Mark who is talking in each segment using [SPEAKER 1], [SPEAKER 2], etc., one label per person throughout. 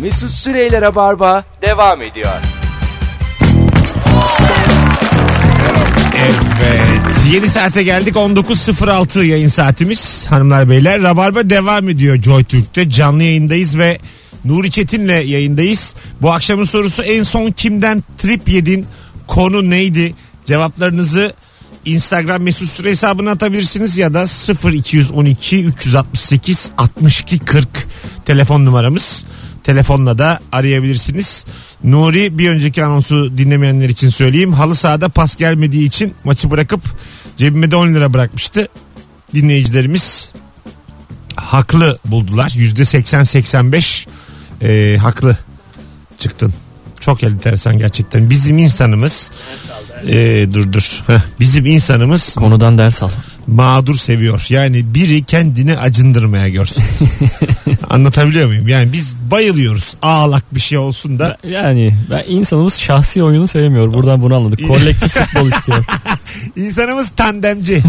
[SPEAKER 1] Mesut Süreyler'e barba devam ediyor.
[SPEAKER 2] Evet. Yeni saate geldik. 19.06 yayın saatimiz. Hanımlar beyler. Rabarba devam ediyor Joy Türk'te. Canlı yayındayız ve Nuri Çetin'le yayındayız. Bu akşamın sorusu en son kimden trip yedin? Konu neydi? Cevaplarınızı Instagram mesut süre hesabına atabilirsiniz ya da 0212 368 62 40 telefon numaramız. Telefonla da arayabilirsiniz. Nuri bir önceki anonsu dinlemeyenler için söyleyeyim. Halı sahada pas gelmediği için maçı bırakıp cebime de 10 lira bırakmıştı. Dinleyicilerimiz haklı buldular. %80-85 eee, e, haklı çıktın. Çok enteresan gerçekten. Bizim insanımız eee, dur dur. Heh, bizim insanımız
[SPEAKER 3] Konudan ders al.
[SPEAKER 2] mağdur seviyor. Yani biri kendini acındırmaya görsün. Anlatabiliyor muyum? Yani biz bayılıyoruz. Ağlak bir şey olsun da.
[SPEAKER 3] Yani ben insanımız şahsi oyunu sevmiyor. Buradan bunu anladık. Kolektif futbol istiyor.
[SPEAKER 2] İnsanımız tandemci.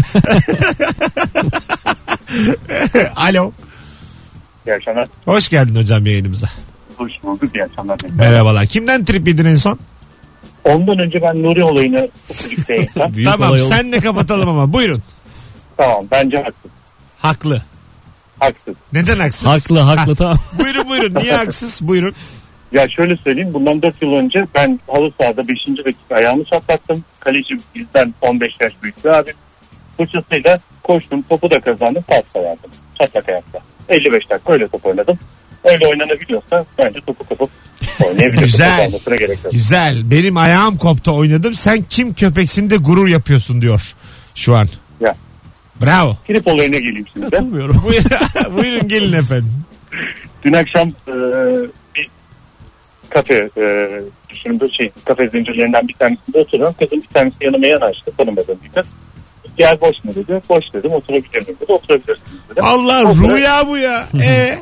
[SPEAKER 2] Alo.
[SPEAKER 4] İyi akşamlar.
[SPEAKER 2] Hoş geldin hocam yayınımıza.
[SPEAKER 4] Hoş bulduk. İyi akşamlar.
[SPEAKER 2] Merhabalar. Kimden trip yedin en son?
[SPEAKER 4] Ondan önce ben Nuri olayını ufacık değinsem.
[SPEAKER 3] Büyük
[SPEAKER 2] tamam
[SPEAKER 3] olay oldu.
[SPEAKER 2] senle kapatalım ama buyurun.
[SPEAKER 4] tamam bence haksız.
[SPEAKER 2] Haklı.
[SPEAKER 4] Haksız.
[SPEAKER 2] Neden haksız?
[SPEAKER 3] Haklı haklı tamam.
[SPEAKER 2] Buyurun buyurun. Niye haksız? Buyurun.
[SPEAKER 4] Ya şöyle söyleyeyim. Bundan 4 yıl önce ben halı sahada 5. dakika ayağımı çatlattım. Kaleci bizden 15 yaş büyük bir abim. Fırçasıyla koştum. Topu da kazandım. Pas da verdim. Çatlak ayakta. 55 dakika öyle top oynadım. Öyle oynanabiliyorsa bence topu kapıp oynayabiliyorsun.
[SPEAKER 2] Güzel.
[SPEAKER 4] Topu almasına gerek yok.
[SPEAKER 2] Güzel. Benim ayağım koptu oynadım. Sen kim köpeksin de gurur yapıyorsun diyor şu an.
[SPEAKER 4] Ya.
[SPEAKER 2] Bravo.
[SPEAKER 4] Trip olayına geleyim şimdi. de.
[SPEAKER 3] Katılmıyorum.
[SPEAKER 2] Buyurun, buyurun gelin efendim.
[SPEAKER 4] Dün akşam e, bir kafe e, düşündüğü şey kafe zincirlerinden bir tanesinde oturuyorum. Kızın bir tanesi yanıma yanaştı. Tanımadığım bir kız. Yer boş mu dedi. Boş dedim. Oturabilir miyim dedi. Oturabilirsiniz dedi.
[SPEAKER 2] Allah
[SPEAKER 4] O sıra-
[SPEAKER 2] rüya bu ya. E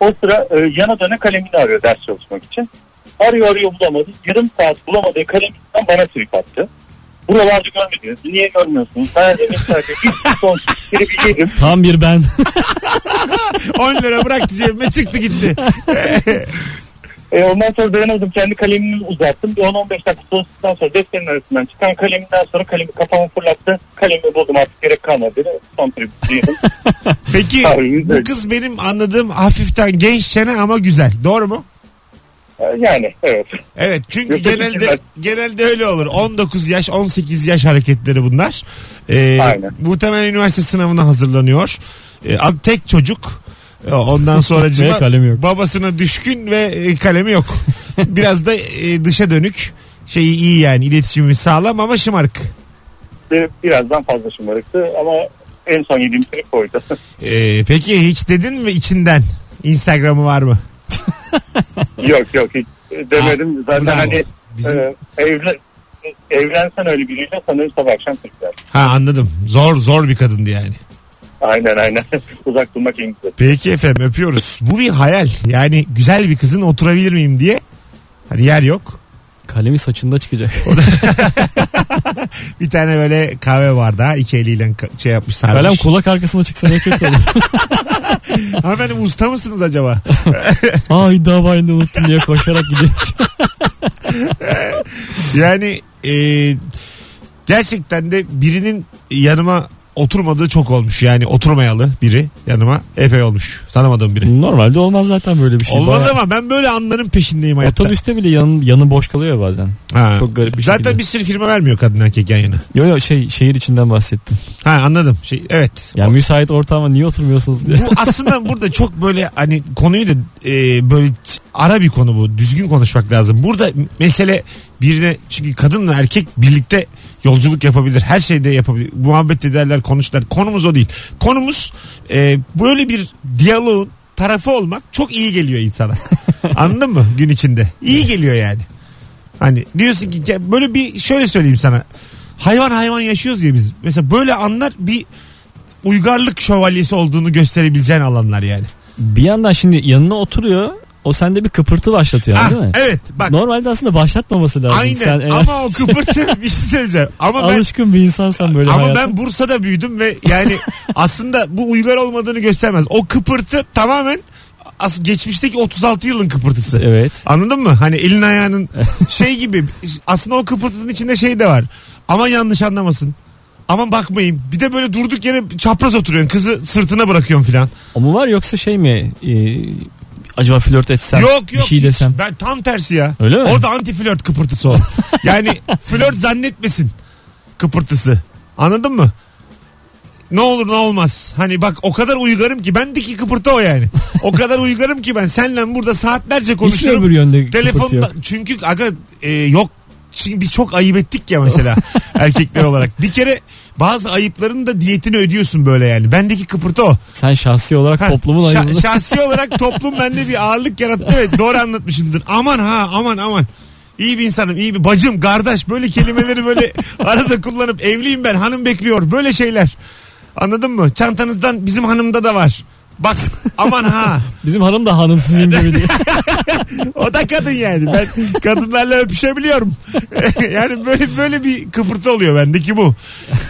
[SPEAKER 4] O sıra e, yana döne kalemini arıyor ders çalışmak için. Arıyor arıyor bulamadı. Yarım saat bulamadığı kaleminden bana trip attı. Buralarda görmediniz. Niye görmüyorsunuz? Ben de mesela bir son trip yedim.
[SPEAKER 3] Tam bir ben.
[SPEAKER 2] 10 lira bıraktı cebime çıktı gitti.
[SPEAKER 4] E, ondan sonra dayanamadım. Kendi kalemimi uzattım. Bir 10-15 dakika sonrasından sonra defterin arasından çıkan kaleminden sonra kalemi kafama fırlattı. Kalemi buldum artık gerek kalmadı dedi. Son tribündeydim.
[SPEAKER 2] Peki
[SPEAKER 4] Abi,
[SPEAKER 2] bu kız benim anladığım hafiften genç çene ama güzel. Doğru mu?
[SPEAKER 4] E, yani evet.
[SPEAKER 2] Evet çünkü
[SPEAKER 4] Yoksa
[SPEAKER 2] genelde
[SPEAKER 4] bitirmez.
[SPEAKER 2] genelde öyle olur. 19 yaş 18 yaş hareketleri bunlar. Ee,
[SPEAKER 4] Aynen.
[SPEAKER 2] Muhtemelen üniversite sınavına hazırlanıyor. Ee, al- tek çocuk. Ee, Ondan sonra
[SPEAKER 3] Ve kalemi yok.
[SPEAKER 2] babasına düşkün ve e, kalemi yok. Biraz da e, dışa dönük. Şeyi iyi yani iletişimi sağlam ama şımarık.
[SPEAKER 4] Ve E, birazdan fazla şımarıktı ama en son yediğim trip oydu.
[SPEAKER 2] Ee, peki hiç dedin mi içinden? Instagram'ı var mı?
[SPEAKER 4] yok yok hiç e, demedim. Zaten
[SPEAKER 2] bravo.
[SPEAKER 4] hani
[SPEAKER 2] Bizim-
[SPEAKER 4] e, evlen, evlensen öyle biriyle sanırım sabah akşam tripler.
[SPEAKER 2] Ha anladım. Zor zor bir kadındı yani.
[SPEAKER 4] Aynen aynen. Uzak durmak en güzel.
[SPEAKER 2] Peki efendim öpüyoruz. Bu bir hayal. Yani güzel bir kızın oturabilir miyim diye. Hani yer yok.
[SPEAKER 3] Kalemi saçında çıkacak.
[SPEAKER 2] Bir tane böyle kahve bardağı iki eliyle ka- şey yapmış sarmış.
[SPEAKER 3] Kalem kulak arkasına çıksa ne kötü olur.
[SPEAKER 2] Hanımefendi usta mısınız acaba?
[SPEAKER 3] Aa iddia bayını unuttum diye koşarak gidiyor.
[SPEAKER 2] Yani e, gerçekten de birinin yanıma oturmadığı çok olmuş. Yani oturmayalı biri yanıma epey olmuş. Tanımadığım biri.
[SPEAKER 3] Normalde olmaz zaten böyle bir şey.
[SPEAKER 2] Olmaz
[SPEAKER 3] Bayağı-
[SPEAKER 2] ama ben böyle anların peşindeyim hayatta.
[SPEAKER 3] Otobüste bile yanın, yanı boş kalıyor ya bazen.
[SPEAKER 2] Ha.
[SPEAKER 3] Çok garip bir
[SPEAKER 2] Zaten
[SPEAKER 3] şekilde.
[SPEAKER 2] bir sürü firma vermiyor kadın erkek yan yana.
[SPEAKER 3] Yo yo şey şehir içinden bahsettim.
[SPEAKER 2] Ha anladım. Şey, evet.
[SPEAKER 3] Yani müsait ortama niye oturmuyorsunuz diye.
[SPEAKER 2] bu aslında burada çok böyle hani konuyu da e, böyle ç- ara bir konu bu. Düzgün konuşmak lazım. Burada m- mesele birine çünkü kadınla erkek birlikte yolculuk yapabilir. Her şeyde yapabilir. Muhabbet ederler, konuşlar. Konumuz o değil. Konumuz e, böyle bir diyaloğun tarafı olmak çok iyi geliyor insana. Anladın mı gün içinde? İyi geliyor yani. Hani diyorsun ki "Ya böyle bir şöyle söyleyeyim sana. Hayvan hayvan yaşıyoruz ya biz. Mesela böyle anlar bir uygarlık şövalyesi olduğunu gösterebileceğin alanlar yani.
[SPEAKER 3] Bir yandan şimdi yanına oturuyor. O sende bir kıpırtı başlatıyor
[SPEAKER 2] Ah,
[SPEAKER 3] değil mi?
[SPEAKER 2] evet bak
[SPEAKER 3] Normalde aslında başlatmaması lazım.
[SPEAKER 2] aynen
[SPEAKER 3] Sen eğer
[SPEAKER 2] ama o kıpırtı bir şey söyleyeceğim. Ama ben
[SPEAKER 3] alışkın bir insansan böyle
[SPEAKER 2] ama
[SPEAKER 3] hayata.
[SPEAKER 2] ben Bursa'da büyüdüm ve yani aslında bu uygar olmadığını göstermez. O kıpırtı tamamen as geçmişteki 36 yılın kıpırtısı.
[SPEAKER 3] Evet.
[SPEAKER 2] Anladın mı? Hani elin ayağının şey gibi. Aslında o kıpırtının içinde şey de var. Ama yanlış anlamasın. Aman bakmayayım. Bir de böyle durduk yere çapraz oturuyorsun. Kızı sırtına bırakıyorsun filan.
[SPEAKER 3] Ama var yoksa şey mi? e, acaba flört etsem?
[SPEAKER 2] yok
[SPEAKER 3] bir
[SPEAKER 2] yok.
[SPEAKER 3] şey
[SPEAKER 2] hiç.
[SPEAKER 3] desem.
[SPEAKER 2] Ben tam tersi ya.
[SPEAKER 3] Öyle mi?
[SPEAKER 2] O da anti flört kıpırtısı o. yani flört zannetmesin kıpırtısı. Anladın mı? Ne olur ne olmaz. Hani bak o kadar uygarım ki bendeki kıpırtı o yani. O kadar uygarım ki ben senle burada saatlerce
[SPEAKER 3] Hiç mi öbür
[SPEAKER 2] konuşurum.
[SPEAKER 3] yönde kıpırtı
[SPEAKER 2] Telefonda
[SPEAKER 3] yok?
[SPEAKER 2] çünkü aga e, yok Şimdi biz çok ayıp ettik ya mesela erkekler olarak. Bir kere bazı ayıpların da diyetini ödüyorsun böyle yani. Bendeki kıpırtı o.
[SPEAKER 3] Sen şahsi olarak
[SPEAKER 2] Ha,
[SPEAKER 3] toplumun
[SPEAKER 2] şa-
[SPEAKER 3] ayıbını...
[SPEAKER 2] şahsi olarak toplum bende bir ağırlık yarattı. Evet doğru anlatmışımdır. Aman ha aman aman. İyi bir insanım, iyi bir bacım, kardeş böyle kelimeleri böyle arada kullanıp evliyim ben, hanım bekliyor böyle şeyler. Anladın mı? Çantanızdan bizim hanımda da var. Bak aman ha
[SPEAKER 3] Bizim hanım da hanımsızım gibi diye.
[SPEAKER 2] o da kadın yani ben kadınlarla öpüşebiliyorum. yani böyle böyle bir kıpırtı oluyor bendeki bu.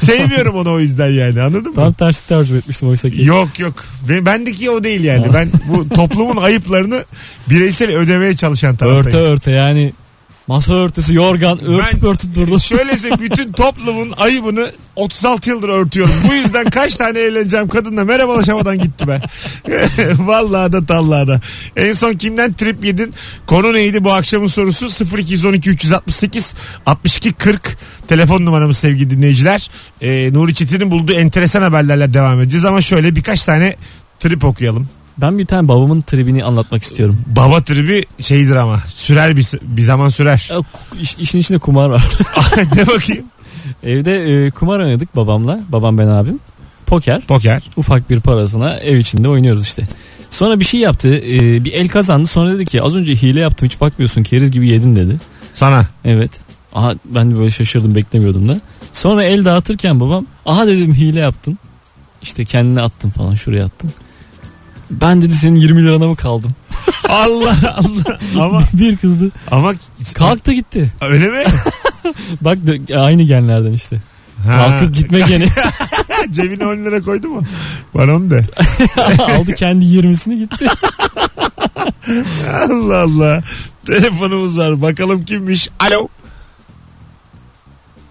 [SPEAKER 2] Sevmiyorum onu o yüzden yani anladın mı?
[SPEAKER 3] Tam tersi tercih etmiştim oysa ki.
[SPEAKER 2] Yok yok. Ve bendeki o değil yani. Ben bu toplumun ayıplarını bireysel ödemeye çalışan
[SPEAKER 3] Örte
[SPEAKER 2] taraftayım.
[SPEAKER 3] örte yani. Masa örtüsü, yorgan örtüp
[SPEAKER 2] Ben-
[SPEAKER 3] örtüp durdun.
[SPEAKER 2] Şöyleyse bütün toplumun ayıbını 36 yıldır örtüyorum. Bu yüzden kaç tane evleneceğim kadınla merhabalaşamadan gitti be. Vallahi da tallahi da. En son kimden trip yedin? Konu neydi bu akşamın sorusu? 0212 368 62 40 telefon numaramız sevgili dinleyiciler. Ee, Nuri Çetin'in bulduğu enteresan haberlerle devam edeceğiz ama şöyle birkaç tane trip okuyalım.
[SPEAKER 3] Ben bir tane babamın tribini anlatmak istiyorum.
[SPEAKER 2] Baba tribi şeydir ama sürer bir, bir zaman sürer.
[SPEAKER 3] Ya, E, ku- iş- işin içinde kumar var.
[SPEAKER 2] ne bakayım?
[SPEAKER 3] Evde e, kumar oynadık babamla. Babam ben abim. Poker.
[SPEAKER 2] Poker.
[SPEAKER 3] Ufak bir parasına ev içinde oynuyoruz işte. Sonra bir şey yaptı. e, bir el kazandı. Sonra dedi ki az önce hile yaptım hiç bakmıyorsun keriz gibi yedin dedi.
[SPEAKER 2] Sana.
[SPEAKER 3] Evet. Aha ben de böyle şaşırdım beklemiyordum da. Sonra el dağıtırken babam aha dedim hile yaptın. İşte kendine attın falan şuraya attın. Ben dedi senin 20 lirana mı kaldım?
[SPEAKER 2] Allah Allah. Ama
[SPEAKER 3] bir kızdı.
[SPEAKER 2] ama
[SPEAKER 3] Kalktı gitti.
[SPEAKER 2] öyle mi?
[SPEAKER 3] Bak dö- aynı genlerden işte.
[SPEAKER 2] Ha.
[SPEAKER 3] Kalktı gitme gene.
[SPEAKER 2] Cebine 10 lira koydu mu? Bana onu de.
[SPEAKER 3] Aldı kendi 20'sini gitti.
[SPEAKER 2] Allah Allah. Telefonumuz var. Bakalım kimmiş. Alo.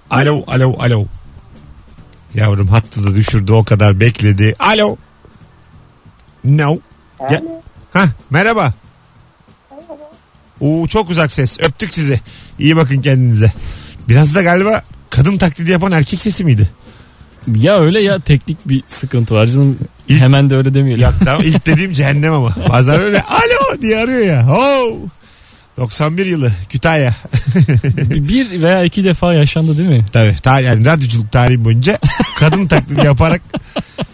[SPEAKER 2] Alo alo alo. Yavrum hattı da düşürdü o kadar bekledi. Alo. No. Ya- Hah, merhaba. Oo, çok uzak ses. Öptük sizi. İyi bakın kendinize. Biraz da galiba kadın taklidi yapan erkek sesi miydi?
[SPEAKER 3] ya öyle ya teknik bir sıkıntı var canım.
[SPEAKER 2] İlk-
[SPEAKER 3] Hemen de öyle demeyelim.
[SPEAKER 2] Ya tamam ilk dediğim cehennem ama. Bazen öyle alo diye arıyor ya. Oo. 91 yılı Kütahya.
[SPEAKER 3] bir veya iki defa yaşandı değil mi?
[SPEAKER 2] Tabii. Ta, yani radyoculuk tarihi boyunca kadın taklidi yaparak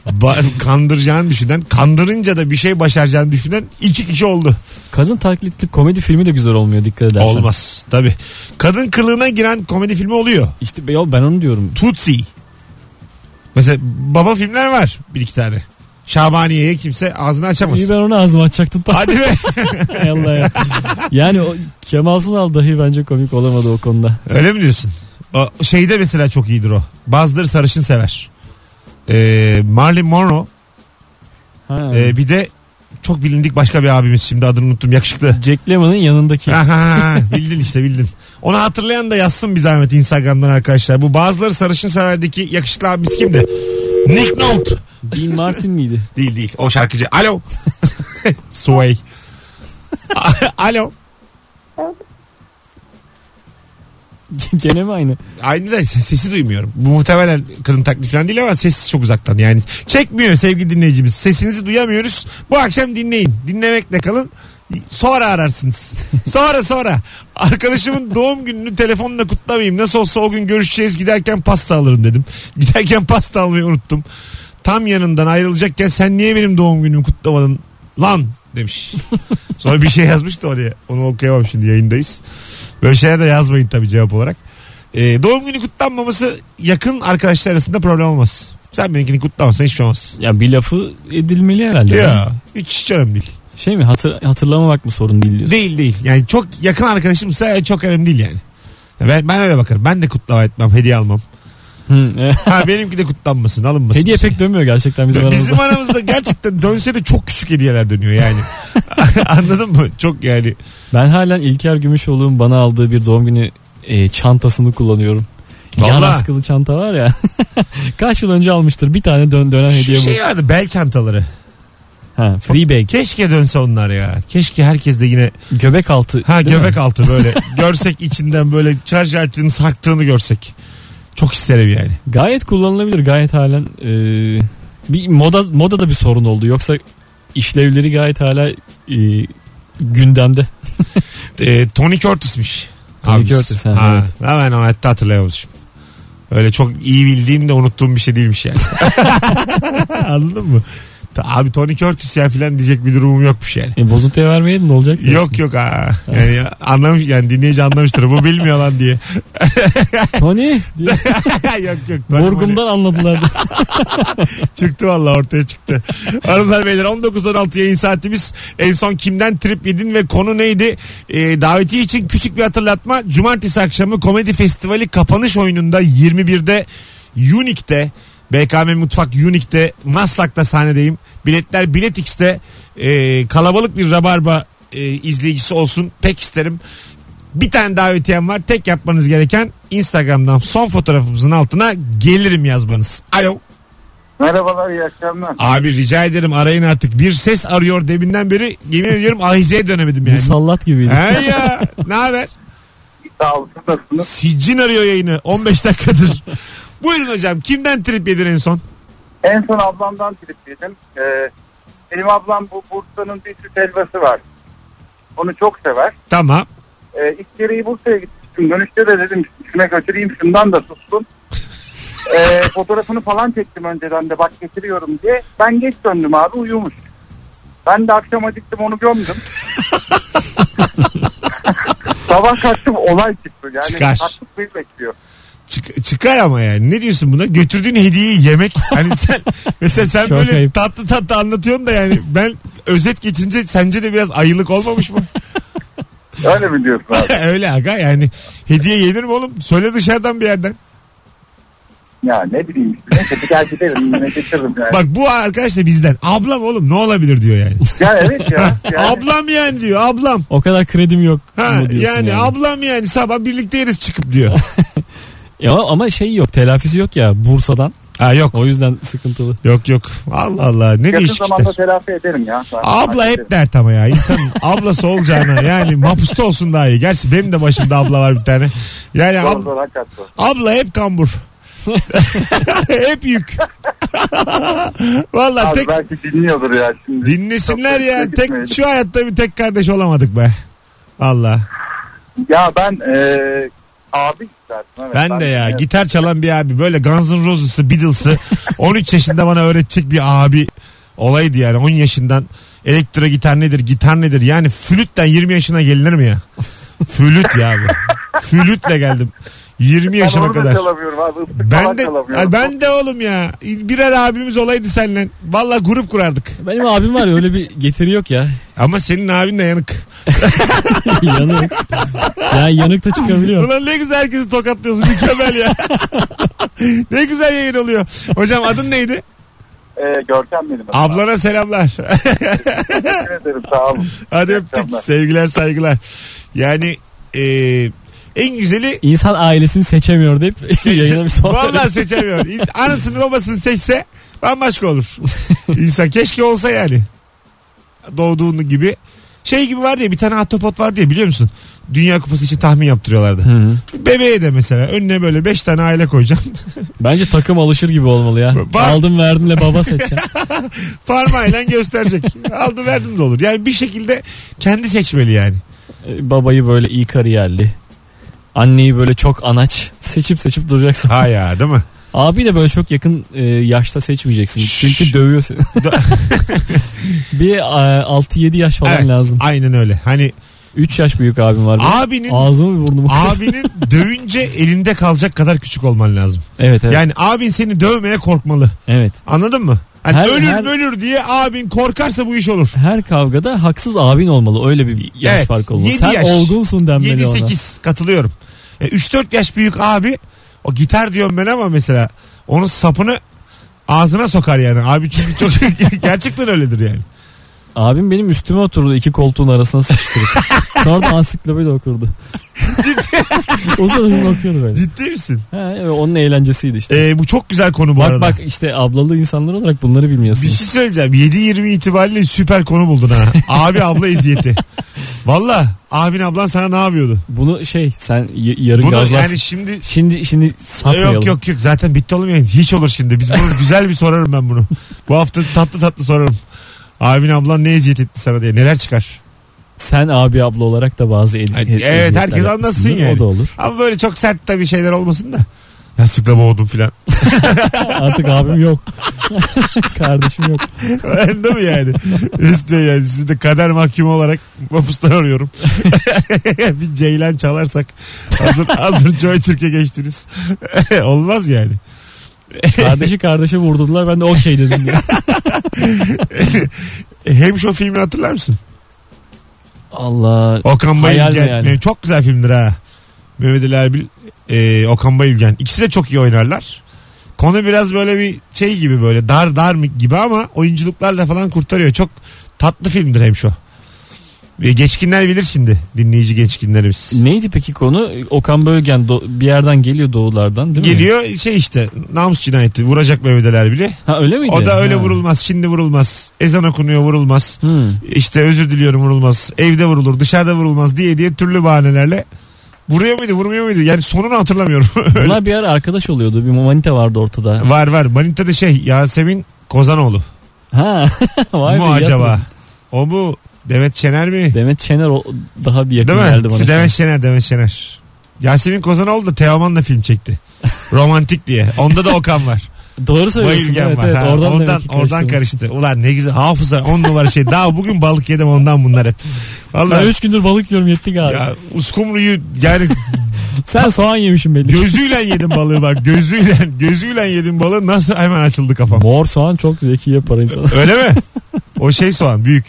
[SPEAKER 2] ba- kandıracağını düşünen, kandırınca da bir şey başaracağını düşünen iki kişi oldu.
[SPEAKER 3] Kadın taklitli komedi filmi de güzel olmuyor dikkat edersen.
[SPEAKER 2] Olmaz. Tabii. Kadın kılığına giren komedi filmi oluyor.
[SPEAKER 3] İşte ya ben onu diyorum.
[SPEAKER 2] Tutsi. Mesela baba filmler var bir iki tane. Şabaniye'ye kimse ağzını açamaz.
[SPEAKER 3] İyi ben onu ağzıma açacaktım.
[SPEAKER 2] Hadi be.
[SPEAKER 3] Hay Allah ya. Yani o Kemal Sunal dahi bence komik olamadı o konuda.
[SPEAKER 2] Öyle mi diyorsun? O şeyde mesela çok iyidir o. Bazıları sarışın sever. Ee, Marilyn Monroe
[SPEAKER 3] Ha.
[SPEAKER 2] ee, bir de çok bilindik başka bir abimiz şimdi adını unuttum yakışıklı.
[SPEAKER 3] Jack Lemmon'ın yanındaki.
[SPEAKER 2] Aha, bildin işte bildin. Onu hatırlayan da yazsın bir zahmet Instagram'dan arkadaşlar. Bu bazıları sarışın severdeki yakışıklı abimiz kimdi? Nick Nolte.
[SPEAKER 3] Dean Martin miydi?
[SPEAKER 2] Değil değil o şarkıcı. Alo. Sway. A- Alo.
[SPEAKER 3] Gene mi aynı?
[SPEAKER 2] Aynı da ses- sesi duymuyorum. Bu muhtemelen kadın taklidi falan değil ama ses çok uzaktan yani. Çekmiyor sevgili dinleyicimiz. Sesinizi duyamıyoruz. Bu akşam dinleyin. Dinlemekle kalın. Sonra ararsınız. Sonra sonra. Arkadaşımın doğum gününü telefonla kutlamayayım. Nasıl olsa o gün görüşeceğiz giderken pasta alırım dedim. Giderken pasta almayı unuttum. Tam yanından ayrılacakken sen niye benim doğum günümü kutlamadın lan demiş. Sonra bir şey yazmış da oraya. Onu okuyamam şimdi yayındayız. Böyle şeyler de yazmayın tabii cevap olarak. Ee, doğum günü kutlanmaması yakın arkadaşlar arasında problem olmaz. Sen benimkini kutlamasan hiçbir şey olmaz.
[SPEAKER 3] Ya bir lafı edilmeli herhalde.
[SPEAKER 2] Ya hiç, hiç önemli değil.
[SPEAKER 3] Şey mi hatır, hatırlamamak mı sorun değil diyorsun?
[SPEAKER 2] Değil değil. Yani çok yakın arkadaşımsa çok önemli değil yani. Ben, ben öyle bakarım. Ben de kutlama etmem, hediye almam.
[SPEAKER 3] Hı, e,
[SPEAKER 2] Ha benimki de kutlanmasın, alınmasın.
[SPEAKER 3] Hediye pek dönmüyor gerçekten bizim
[SPEAKER 2] bizim
[SPEAKER 3] aramızda.
[SPEAKER 2] aramızda gerçekten dönse de çok küçük hediyeler dönüyor yani. Anladın mı? Çok yani.
[SPEAKER 3] Ben halen İlker Gümüşoğlu'nun bana aldığı bir doğum günü e, çantasını kullanıyorum. Yan
[SPEAKER 2] Vallahi.
[SPEAKER 3] askılı çanta var ya. Kaç yıl önce almıştır. Bir tane dön dönen
[SPEAKER 2] Şu
[SPEAKER 3] hediye
[SPEAKER 2] şey vardı bel çantaları.
[SPEAKER 3] bu. Ha, free bag.
[SPEAKER 2] Keşke dönse onlar ya. Keşke herkes de yine
[SPEAKER 3] Göbek altı.
[SPEAKER 2] ha
[SPEAKER 3] değil mi?
[SPEAKER 2] göbek altı böyle görsek içinden böyle şarj aletinin saktığını görsek. Çok isterim yani.
[SPEAKER 3] Gayet kullanılabilir. Gayet halen e, bir moda moda da bir sorun oldu. Yoksa işlevleri gayet hala e, gündemde.
[SPEAKER 2] E, Tony Curtis'miş.
[SPEAKER 3] Tony
[SPEAKER 2] Abimiz.
[SPEAKER 3] Curtis, ha, evet.
[SPEAKER 2] Hemen o hatta hatırlayamamışım. Öyle çok iyi bildiğim de unuttuğum bir şey değilmiş yani. Anladın mı? Ta- Abi Tony Curtis ya filan diyecek bir durumum yokmuş yani.
[SPEAKER 3] E, bozuntuya vermeyeydin ne olacak? ki
[SPEAKER 2] Yok yok ha. Yani anlamış yani dinleyici anlamıştır bu bilmiyor lan diye.
[SPEAKER 3] aslında? Tony diye
[SPEAKER 2] yok yok. Tony Moly-
[SPEAKER 3] vurgumdan anladılar.
[SPEAKER 2] Çıktı valla ortaya çıktı. Hanımlar beyler 19.16 yayın saatimiz. En son kimden trip yedin ve konu neydi? Ee, davetiye için küçük bir hatırlatma. Cumartesi akşamı komedi festivali kapanış oyununda 21'de Unique'de BKM Mutfak Unique'de Maslak'ta sahnedeyim. Biletler Bilet X'te Ee, kalabalık bir rabarba e, izleyicisi olsun. Pek isterim. Bir tane davetiyem var. Tek yapmanız gereken Instagram'dan son fotoğrafımızın altına gelirim yazmanız. Alo.
[SPEAKER 5] Merhabalar iyi akşamlar.
[SPEAKER 2] Abi rica ederim arayın artık. Bir ses arıyor deminden beri. Yemin ediyorum ahizeye dönemedim yani.
[SPEAKER 3] Musallat gibiydi.
[SPEAKER 2] He ya. Ne haber?
[SPEAKER 5] Sağ olun nasılsınız?
[SPEAKER 2] Sicin arıyor yayını. 15 dakikadır. Buyurun hocam. Kimden trip yedin en son?
[SPEAKER 5] En son ablamdan trip yedim. Ee, benim ablam bu Bursa'nın bir süt helvası var. Onu çok sever.
[SPEAKER 2] Tamam.
[SPEAKER 5] Ee, ilk kereyi Bursa'ya gitmiştim. Dönüşte de dedim üstüne götüreyim şundan da sussun. Ee, fotoğrafını falan çektim önceden de bak getiriyorum diye. Ben geç döndüm abi uyumuş. Ben de akşama gittim onu gömdüm. Sabah kalktım olay çıktı. Yani
[SPEAKER 2] Çıkar.
[SPEAKER 5] Taklit beni bekliyor.
[SPEAKER 2] Çık- çıkar ama yani. Ne diyorsun buna? Götürdüğün hediyeyi yemek. Hani sen mesela sen
[SPEAKER 3] Çok
[SPEAKER 2] böyle
[SPEAKER 3] ayıp.
[SPEAKER 2] tatlı tatlı anlatıyorsun da yani ben özet geçince sence de biraz ayılık olmamış mı?
[SPEAKER 5] Öyle mi diyorsun abi?
[SPEAKER 2] Öyle aga yani hediye yenir mi oğlum? Söyle dışarıdan bir yerden.
[SPEAKER 5] Ya ne bileyim işte. Neyse bir tercih ederim. Yine geçiririm yani.
[SPEAKER 2] Bak bu arkadaş da bizden. Ablam oğlum ne olabilir diyor yani.
[SPEAKER 5] Ya evet ya. Yani,
[SPEAKER 2] Ablam yani diyor ablam.
[SPEAKER 3] O kadar kredim yok.
[SPEAKER 2] Ha,
[SPEAKER 3] mu
[SPEAKER 2] yani,
[SPEAKER 3] diyorsun yani.
[SPEAKER 2] ablam yani sabah birlikte yeriz çıkıp diyor.
[SPEAKER 3] Ya ama şey yok telafisi yok ya Bursa'dan.
[SPEAKER 2] ha yok
[SPEAKER 3] O yüzden sıkıntılı.
[SPEAKER 2] yok yok. Allah Allah ne
[SPEAKER 5] yakın
[SPEAKER 2] değişik
[SPEAKER 5] zamanda
[SPEAKER 2] işler.
[SPEAKER 5] telafi ederim ya. Ben
[SPEAKER 2] Abla
[SPEAKER 5] hallederim.
[SPEAKER 2] hep dert ama ya. İnsanın ablası olacağına yani mapusta olsun daha iyi. Gerçi benim de başımda abla var bir tane. Yani
[SPEAKER 5] Zor
[SPEAKER 2] ab-
[SPEAKER 5] zor hakikaten. zor.
[SPEAKER 2] abla hep kambur. hep yük. Valla
[SPEAKER 5] Abi
[SPEAKER 2] tek
[SPEAKER 5] belki dinliyordur ya şimdi.
[SPEAKER 2] dinlesinler
[SPEAKER 5] Çok
[SPEAKER 2] ya.
[SPEAKER 5] üstüne
[SPEAKER 2] Tek
[SPEAKER 5] gitmeyelim.
[SPEAKER 2] şu hayatta bir tek kardeş olamadık be. Allah.
[SPEAKER 5] Ya ben eee abi isterdim. Evet,
[SPEAKER 2] Ben de ya
[SPEAKER 5] dinliyorum.
[SPEAKER 2] gitar çalan bir abi böyle Guns N' Roses'ı Beatles'ı 13 yaşında bana öğretecek bir abi olaydı yani 10 yaşından elektro gitar nedir gitar nedir yani flütten 20 yaşına gelinir mi ya? Flüt ya bu. Flütle geldim. 20
[SPEAKER 5] Ben
[SPEAKER 2] yaşıma
[SPEAKER 5] onu da
[SPEAKER 2] kadar.
[SPEAKER 5] çalamıyorum abi. Islık
[SPEAKER 2] Ben
[SPEAKER 5] falan
[SPEAKER 2] de
[SPEAKER 5] çalamıyorum.
[SPEAKER 2] ben de oğlum ya. Birer abimiz olaydı seninle. Valla grup kurardık.
[SPEAKER 3] Benim abim var ya öyle bir getiri yok ya.
[SPEAKER 2] Ama senin abin de yanık.
[SPEAKER 3] yanık. Yani yanık da çıkabiliyor.
[SPEAKER 2] Ulan ne güzel herkesi tokatlıyorsun. Mükemmel ya. ne güzel yayın oluyor. Hocam adın neydi?
[SPEAKER 5] Eee, E, Görkem benim.
[SPEAKER 2] Ablana selamlar.
[SPEAKER 5] Teşekkür ederim sağ olun.
[SPEAKER 2] Hadi
[SPEAKER 5] İyi
[SPEAKER 2] öptük.
[SPEAKER 5] akşamlar.
[SPEAKER 2] Sevgiler saygılar. Yani e, en güzeli
[SPEAKER 3] İnsan ailesini seçemiyor deyip yayına bir son
[SPEAKER 2] vallahi seçemiyor. İn- Anasını babasını seçse bambaşka olur. İnsan keşke olsa yani. Doğduğun gibi. Şey gibi var diye bir tane ahtapot var diye biliyor musun? Dünya Kupası için tahmin yaptırıyorlardı.
[SPEAKER 3] Hı.
[SPEAKER 2] Bebeğe de mesela önüne böyle 5 tane aile koyacaksın.
[SPEAKER 3] Bence takım alışır gibi olmalı ya.
[SPEAKER 2] Ba-
[SPEAKER 3] Aldım verdimle baba seçeceğim.
[SPEAKER 2] Parmağıyla gösterecek. Aldı verdim de olur. Yani bir şekilde kendi seçmeli yani.
[SPEAKER 3] Ee, Babayı böyle iyi kariyerli. Anneyi böyle çok anaç. Seçip seçip duracaksın.
[SPEAKER 2] Ha ya değil mi?
[SPEAKER 3] Abi de böyle çok yakın e, yaşta seçmeyeceksin.
[SPEAKER 2] Şşş.
[SPEAKER 3] Çünkü dövüyor seni. bir e, 6-7 yaş falan
[SPEAKER 2] Evet,
[SPEAKER 3] lazım.
[SPEAKER 2] Aynen öyle. Hani
[SPEAKER 3] 3 yaş büyük abim var. benim.
[SPEAKER 2] abinin
[SPEAKER 3] Ağzımı bir burnumu.
[SPEAKER 2] abinin dövünce elinde kalacak kadar küçük olman lazım.
[SPEAKER 3] evet evet.
[SPEAKER 2] Yani abin seni dövmeye korkmalı.
[SPEAKER 3] evet.
[SPEAKER 2] Anladın mı? Hani
[SPEAKER 3] Her-
[SPEAKER 2] ölür
[SPEAKER 3] her-
[SPEAKER 2] ölür diye abin korkarsa bu iş olur.
[SPEAKER 3] Her kavgada haksız abin olmalı. Öyle bir yaş
[SPEAKER 2] Evet,
[SPEAKER 3] farkı olmalı.
[SPEAKER 2] yedi
[SPEAKER 3] Sen
[SPEAKER 2] yaş.
[SPEAKER 3] olgunsun denmeli ona.
[SPEAKER 2] 7-8 katılıyorum. E, 3-4 yaş büyük abi o gitar diyorum ben ama mesela onun sapını ağzına sokar yani. Abi çünkü çok gerçekten öyledir yani.
[SPEAKER 3] Abim benim üstüme oturdu iki koltuğun arasına sıkıştırıp. Sonra da ansiklopedi okurdu. uzun uzun okuyordu böyle.
[SPEAKER 2] Ciddi misin?
[SPEAKER 3] Ha, evet, onun eğlencesiydi işte.
[SPEAKER 2] Ee, bu çok güzel konu bu arada.
[SPEAKER 3] bak bak işte ablalı insanlar olarak bunları
[SPEAKER 2] Bir
[SPEAKER 3] bilmiyorsunuz.
[SPEAKER 2] şey söyleyeceğim. 7-20 itibariyle süper konu buldun ha. Abi abla eziyeti. Valla abin ablan sana ne yapıyordu?
[SPEAKER 3] Bunu şey sen y- yarın
[SPEAKER 2] Bunu
[SPEAKER 3] gazlarsın.
[SPEAKER 2] yani şimdi
[SPEAKER 3] Şimdi şimdi satmayalım.
[SPEAKER 2] Yok yok yok zaten bitti oğlum yayın. Hiç olur şimdi. Biz bunu güzel bir sorarım ben bunu. Bu hafta tatlı tatlı sorarım. Abin ablan ne eziyet etti sana diye. Neler çıkar?
[SPEAKER 3] Sen abi abla olarak da bazı el,
[SPEAKER 2] Evet,
[SPEAKER 3] el-
[SPEAKER 2] herkes
[SPEAKER 3] eziyetler
[SPEAKER 2] anlasın
[SPEAKER 3] yapmışsındır.
[SPEAKER 2] yani.
[SPEAKER 3] O da olur.
[SPEAKER 2] Ama böyle çok sert tabii şeyler olmasın da. Yastıkla boğdum filan.
[SPEAKER 3] Artık abim yok. Kardeşim yok.
[SPEAKER 2] Değil mi yani? Üst Bey yani sizi de kader mahkumu olarak mapustan arıyorum. bir ceylan çalarsak hazır, hazır Joy Türkiye geçtiniz. Olmaz yani.
[SPEAKER 3] Kardeşi kardeşe vurdular ben de okey dedim. diye.
[SPEAKER 2] Hem şu filmi hatırlar mısın?
[SPEAKER 3] Allah
[SPEAKER 2] Okan
[SPEAKER 3] Hayal mi
[SPEAKER 2] Bayülgen.
[SPEAKER 3] yani?
[SPEAKER 2] Yani Çok güzel filmdir ha. Mehmet Ali Erbil, e, Okan Bayülgen. İkisi de çok iyi oynarlar. Konu biraz böyle bir şey gibi böyle dar dar mı gibi ama oyunculuklarla falan kurtarıyor. Çok tatlı filmdir hem şu. E, Geçkinler bilir şimdi dinleyici geçkinlerimiz.
[SPEAKER 3] neydi peki konu? Okan Bölgen do- bir yerden geliyor doğulardan değil mi?
[SPEAKER 2] Geliyor şey işte namus cinayeti vuracak Mehmet Ali Erbil'i.
[SPEAKER 3] Ha öyle miydi?
[SPEAKER 2] O da öyle
[SPEAKER 3] Ha.
[SPEAKER 2] vurulmaz şimdi vurulmaz. Ezan okunuyor vurulmaz.
[SPEAKER 3] Hmm.
[SPEAKER 2] İşte özür diliyorum vurulmaz. Evde vurulur dışarıda vurulmaz diye diye türlü bahanelerle. Vuruyor muydu vurmuyor muydu? Yani sonunu hatırlamıyorum.
[SPEAKER 3] Bunlar bir ara arkadaş oluyordu. Bir manita vardı ortada.
[SPEAKER 2] var var Manita'da şey Yasemin Kozanoğlu.
[SPEAKER 3] Ha. Vay
[SPEAKER 2] mu
[SPEAKER 3] be, iyi
[SPEAKER 2] acaba?
[SPEAKER 3] hatırladım.
[SPEAKER 2] O mu? Demet Şener mi?
[SPEAKER 3] Demet Şener o- daha bir yakın
[SPEAKER 2] Değil mi?
[SPEAKER 3] geldi bana.
[SPEAKER 2] Demet Şener Demet Şener. Yasemin Kozanoğlu da Teoman'la film çekti. Romantik diye. Onda da Okan var.
[SPEAKER 3] Doğru söylüyorsun.
[SPEAKER 2] Bayılgen
[SPEAKER 3] Evet,
[SPEAKER 2] var.
[SPEAKER 3] evet.
[SPEAKER 2] Ha,
[SPEAKER 3] Oradan,
[SPEAKER 2] oradan,
[SPEAKER 3] demek ki
[SPEAKER 2] oradan
[SPEAKER 3] karıştırmışsın.
[SPEAKER 2] karıştı. Ulan ne güzel hafıza on numara şey. Daha bugün balık yedim ondan bunlar hep.
[SPEAKER 3] Ben
[SPEAKER 2] Vallahi
[SPEAKER 3] 3 gündür balık yiyorum yettik abi.
[SPEAKER 2] ya uskumruyu yani
[SPEAKER 3] Sen soğan yemişsin belli.
[SPEAKER 2] gözüyle yedim balığı bak gözüyle gözüyle yedim balığı nasıl hemen açıldı kafam.
[SPEAKER 3] Mor soğan çok zeki yapar insanı.
[SPEAKER 2] Öyle mi? O şey soğan büyük.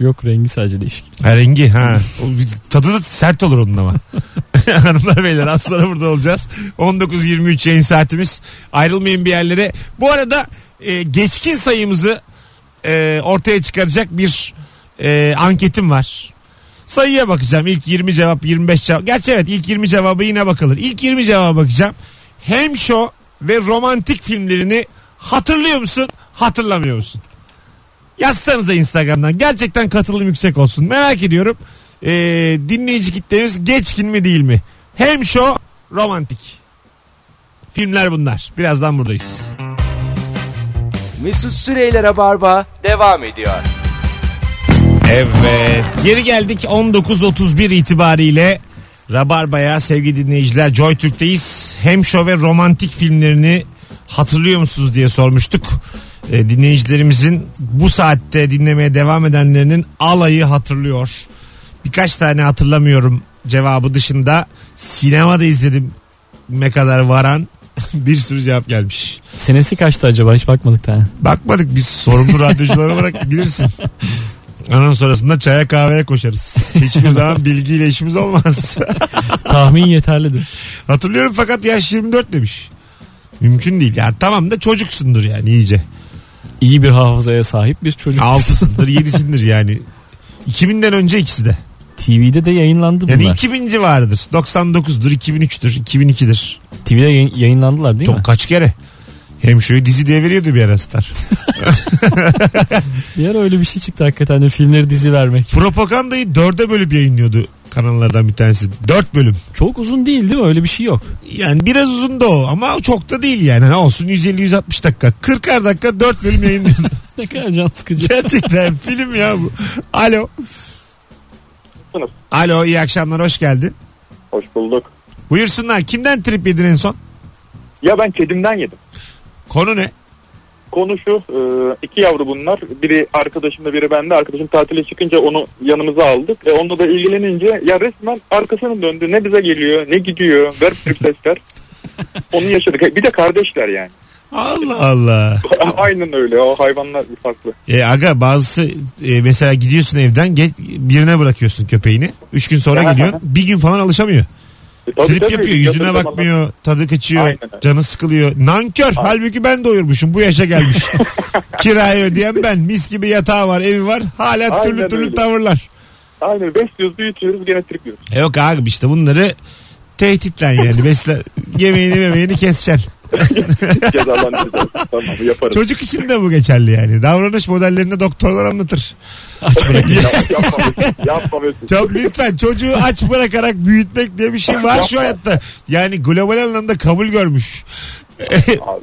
[SPEAKER 3] Yok rengi sadece değişik.
[SPEAKER 2] Ha, rengi ha. O bir- Tadı da sert olur onun ama. Hanımlar beyler az sonra burada olacağız. 19.23 yayın saatimiz. Ayrılmayın bir yerlere. Bu arada e, geçkin sayımızı e, ortaya çıkaracak bir e, anketim var. Sayıya bakacağım. İlk 20 cevap 25 cevap. Gerçi evet ilk 20 cevabı yine bakılır. İlk 20 cevaba bakacağım. Hem şo ve romantik filmlerini hatırlıyor musun? Hatırlamıyor musun? Yazsanıza Instagram'dan. Gerçekten katılım yüksek olsun. Merak ediyorum. Ee, dinleyici kitlemiz geçkin mi değil mi? Hem şo romantik. Filmler bunlar. Birazdan buradayız.
[SPEAKER 1] Mesut Süreyler'e barba devam ediyor.
[SPEAKER 2] Evet. Geri geldik 19.31 itibariyle. Rabarba'ya sevgili dinleyiciler Joy Türk'teyiz. Hem şov ve romantik filmlerini hatırlıyor musunuz diye sormuştuk. Ee, dinleyicilerimizin bu saatte dinlemeye devam edenlerinin alayı hatırlıyor. Birkaç tane hatırlamıyorum cevabı dışında sinemada izledim ne kadar varan bir sürü cevap gelmiş.
[SPEAKER 3] Senesi kaçtı acaba hiç bakmadık daha.
[SPEAKER 2] Bakmadık biz sorumlu radyocular olarak bilirsin. Anan sonrasında çaya kahveye koşarız. Hiçbir zaman bilgiyle işimiz olmaz.
[SPEAKER 3] Tahmin yeterlidir.
[SPEAKER 2] Hatırlıyorum fakat yaş 24 demiş. Mümkün değil. Ya tamam da çocuksundur yani iyice.
[SPEAKER 3] İyi bir hafızaya sahip bir çocuk.
[SPEAKER 2] Altısındır, yedisindir yani. 2000'den önce ikisi de.
[SPEAKER 3] TV'de de yayınlandı bunlar.
[SPEAKER 2] Yani 2000 civarıdır. 99'dur, 2003'tür, 2002'dir.
[SPEAKER 3] TV'de yayın- yayınlandılar değil mi?
[SPEAKER 2] Çok kaç kere. Hem şöyle dizi diye veriyordu bir ara Star.
[SPEAKER 3] Bir ara öyle bir şey çıktı hakikaten de filmleri dizi vermek.
[SPEAKER 2] Propagandayı dörde bölüp yayınlıyordu kanallardan bir tanesi. Dört bölüm.
[SPEAKER 3] Çok uzun değil değil mi? Öyle bir şey yok.
[SPEAKER 2] Yani biraz uzun da o ama çok da değil yani. Hani olsun 150-160 dakika. 40'ar dakika 4 bölüm yayınlandı.
[SPEAKER 3] Ne kadar can sıkıcı.
[SPEAKER 2] Gerçekten film ya bu. Alo.
[SPEAKER 4] Sınıf.
[SPEAKER 2] Alo iyi akşamlar hoş geldin.
[SPEAKER 4] Hoş bulduk.
[SPEAKER 2] Buyursunlar kimden trip yedin en son?
[SPEAKER 4] Ya ben kedimden yedim.
[SPEAKER 2] Konu ne?
[SPEAKER 4] Konu şu e, iki yavru bunlar biri arkadaşımda biri bende arkadaşım tatile çıkınca onu yanımıza aldık. E, onunla da ilgilenince ya resmen arkasını döndü ne bize geliyor ne gidiyor ver bir sesler. Onu yaşadık E, bir de kardeşler yani.
[SPEAKER 2] Allah Allah.
[SPEAKER 4] Aynen öyle o hayvanlar bir farklı.
[SPEAKER 2] E, aga bazısı e, mesela gidiyorsun evden ge- birine bırakıyorsun köpeğini. 3 gün sonra geliyorsun. Bir gün falan alışamıyor.
[SPEAKER 4] E, tabii,
[SPEAKER 2] Trip
[SPEAKER 4] tabii.
[SPEAKER 2] yapıyor yüzüne
[SPEAKER 4] Yatırdım
[SPEAKER 2] bakmıyor tadı kaçıyor
[SPEAKER 4] Aynen öyle.
[SPEAKER 2] canı sıkılıyor. Nankör halbuki ben doyurmuşum bu yaşa gelmiş. Kirayı ödeyen ben mis gibi yatağı var evi var hala
[SPEAKER 4] Aynen
[SPEAKER 2] türlü türlü
[SPEAKER 4] öyle.
[SPEAKER 2] tavırlar.
[SPEAKER 4] adam. Aynen besliyoruz büyütüyoruz gene trip yiyoruz.
[SPEAKER 2] E Yok abi işte bunları tehditle yani besle yemeğini yemeğini keseceksin.
[SPEAKER 4] Cezalandıracağız. tamam yaparız.
[SPEAKER 2] Çocuk için de bu geçerli yani. Davranış modellerini doktorlar anlatır.
[SPEAKER 3] Aç bırak.
[SPEAKER 4] Yap- yapma Mesut, yapma Mesut.
[SPEAKER 2] Çok lütfen çocuğu aç bırakarak büyütmek diye bir şey var şu hayatta. Yani global anlamda kabul görmüş.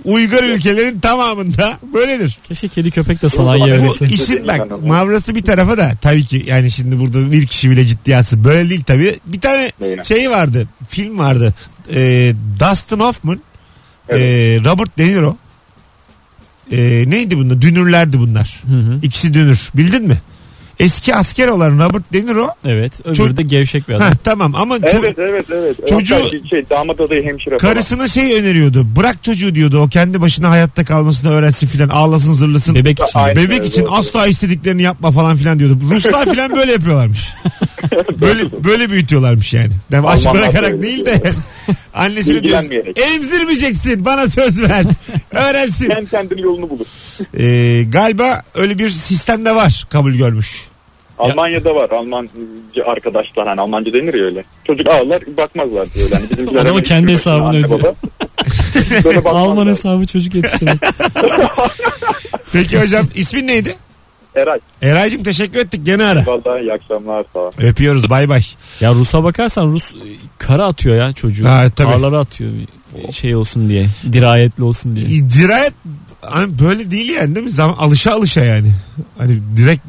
[SPEAKER 2] Uygar ülkelerin tamamında böyledir.
[SPEAKER 3] Keşke kedi köpek de sanayiye
[SPEAKER 4] Bu-
[SPEAKER 3] verirse.
[SPEAKER 2] Bu işin bak mavrası bir tarafa da tabii ki yani şimdi burada bir kişi bile ciddiyatsız. Böyle değil tabii. Bir tane
[SPEAKER 4] Neyine?
[SPEAKER 2] şey vardı. Film vardı. Ee, Dustin Hoffman.
[SPEAKER 4] Evet.
[SPEAKER 2] ee, Robert De Niro. Ee, neydi bunlar? Dünürlerdi bunlar.
[SPEAKER 3] Hı hı.
[SPEAKER 2] İkisi dünür. Bildin mi? Eski asker olan Robert De Niro.
[SPEAKER 3] Evet. Öbürü
[SPEAKER 2] Çok-
[SPEAKER 3] de gevşek bir adam.
[SPEAKER 2] Ha, tamam ama ço-
[SPEAKER 4] Evet evet evet.
[SPEAKER 2] Çocuğu-
[SPEAKER 4] Hatta şey, şey, damat adayı hemşire falan.
[SPEAKER 2] karısına şey öneriyordu. Bırak çocuğu diyordu. O kendi başına hayatta kalmasını öğrensin filan. Ağlasın zırlasın.
[SPEAKER 3] Bebek için.
[SPEAKER 4] Aynen.
[SPEAKER 2] Bebek
[SPEAKER 4] Evet,
[SPEAKER 2] için
[SPEAKER 4] doğru.
[SPEAKER 2] asla istediklerini yapma falan filan diyordu. Ruslar filan böyle yapıyorlarmış. böyle böyle büyütüyorlarmış yani. yani aç
[SPEAKER 4] Almanlar
[SPEAKER 2] bırakarak
[SPEAKER 4] böyle
[SPEAKER 2] değil de annesini diyorsun.
[SPEAKER 4] İlgilenmeyerek.
[SPEAKER 2] Emzirmeyeceksin bana söz ver. Öğrensin.
[SPEAKER 4] Kendi kendini yolunu bulur.
[SPEAKER 2] Ee, galiba öyle bir sistem de var kabul görmüş.
[SPEAKER 4] Almanya'da var. Almancı arkadaşlar hani Almanca denir ya öyle. Çocuk ağlar bakmazlar diyor. Yani bizimkiler
[SPEAKER 3] Adamın
[SPEAKER 4] hemen
[SPEAKER 3] kendi
[SPEAKER 4] üstüne
[SPEAKER 3] hesabını
[SPEAKER 4] anne
[SPEAKER 3] ödüyor.
[SPEAKER 4] baba. Böyle bakmazlar.
[SPEAKER 3] Alman hesabı çocuk yetiştirmek.
[SPEAKER 2] Peki hocam ismin neydi?
[SPEAKER 4] Eray
[SPEAKER 2] Eray'cığım teşekkür ettik gene ara.
[SPEAKER 4] vallahi iyi akşamlar sağ ol.
[SPEAKER 2] Öpüyoruz bay bay.
[SPEAKER 3] ya Rus'a bakarsan Rus e, kara atıyor ya çocuğu.
[SPEAKER 2] Ha, tabii.
[SPEAKER 3] Ağlara atıyor bir- bir şey olsun diye. Dirayetli olsun diye.
[SPEAKER 2] Dirayet hani böyle değil yani değil mi? Zaman, alışa alışa yani. Hani direkt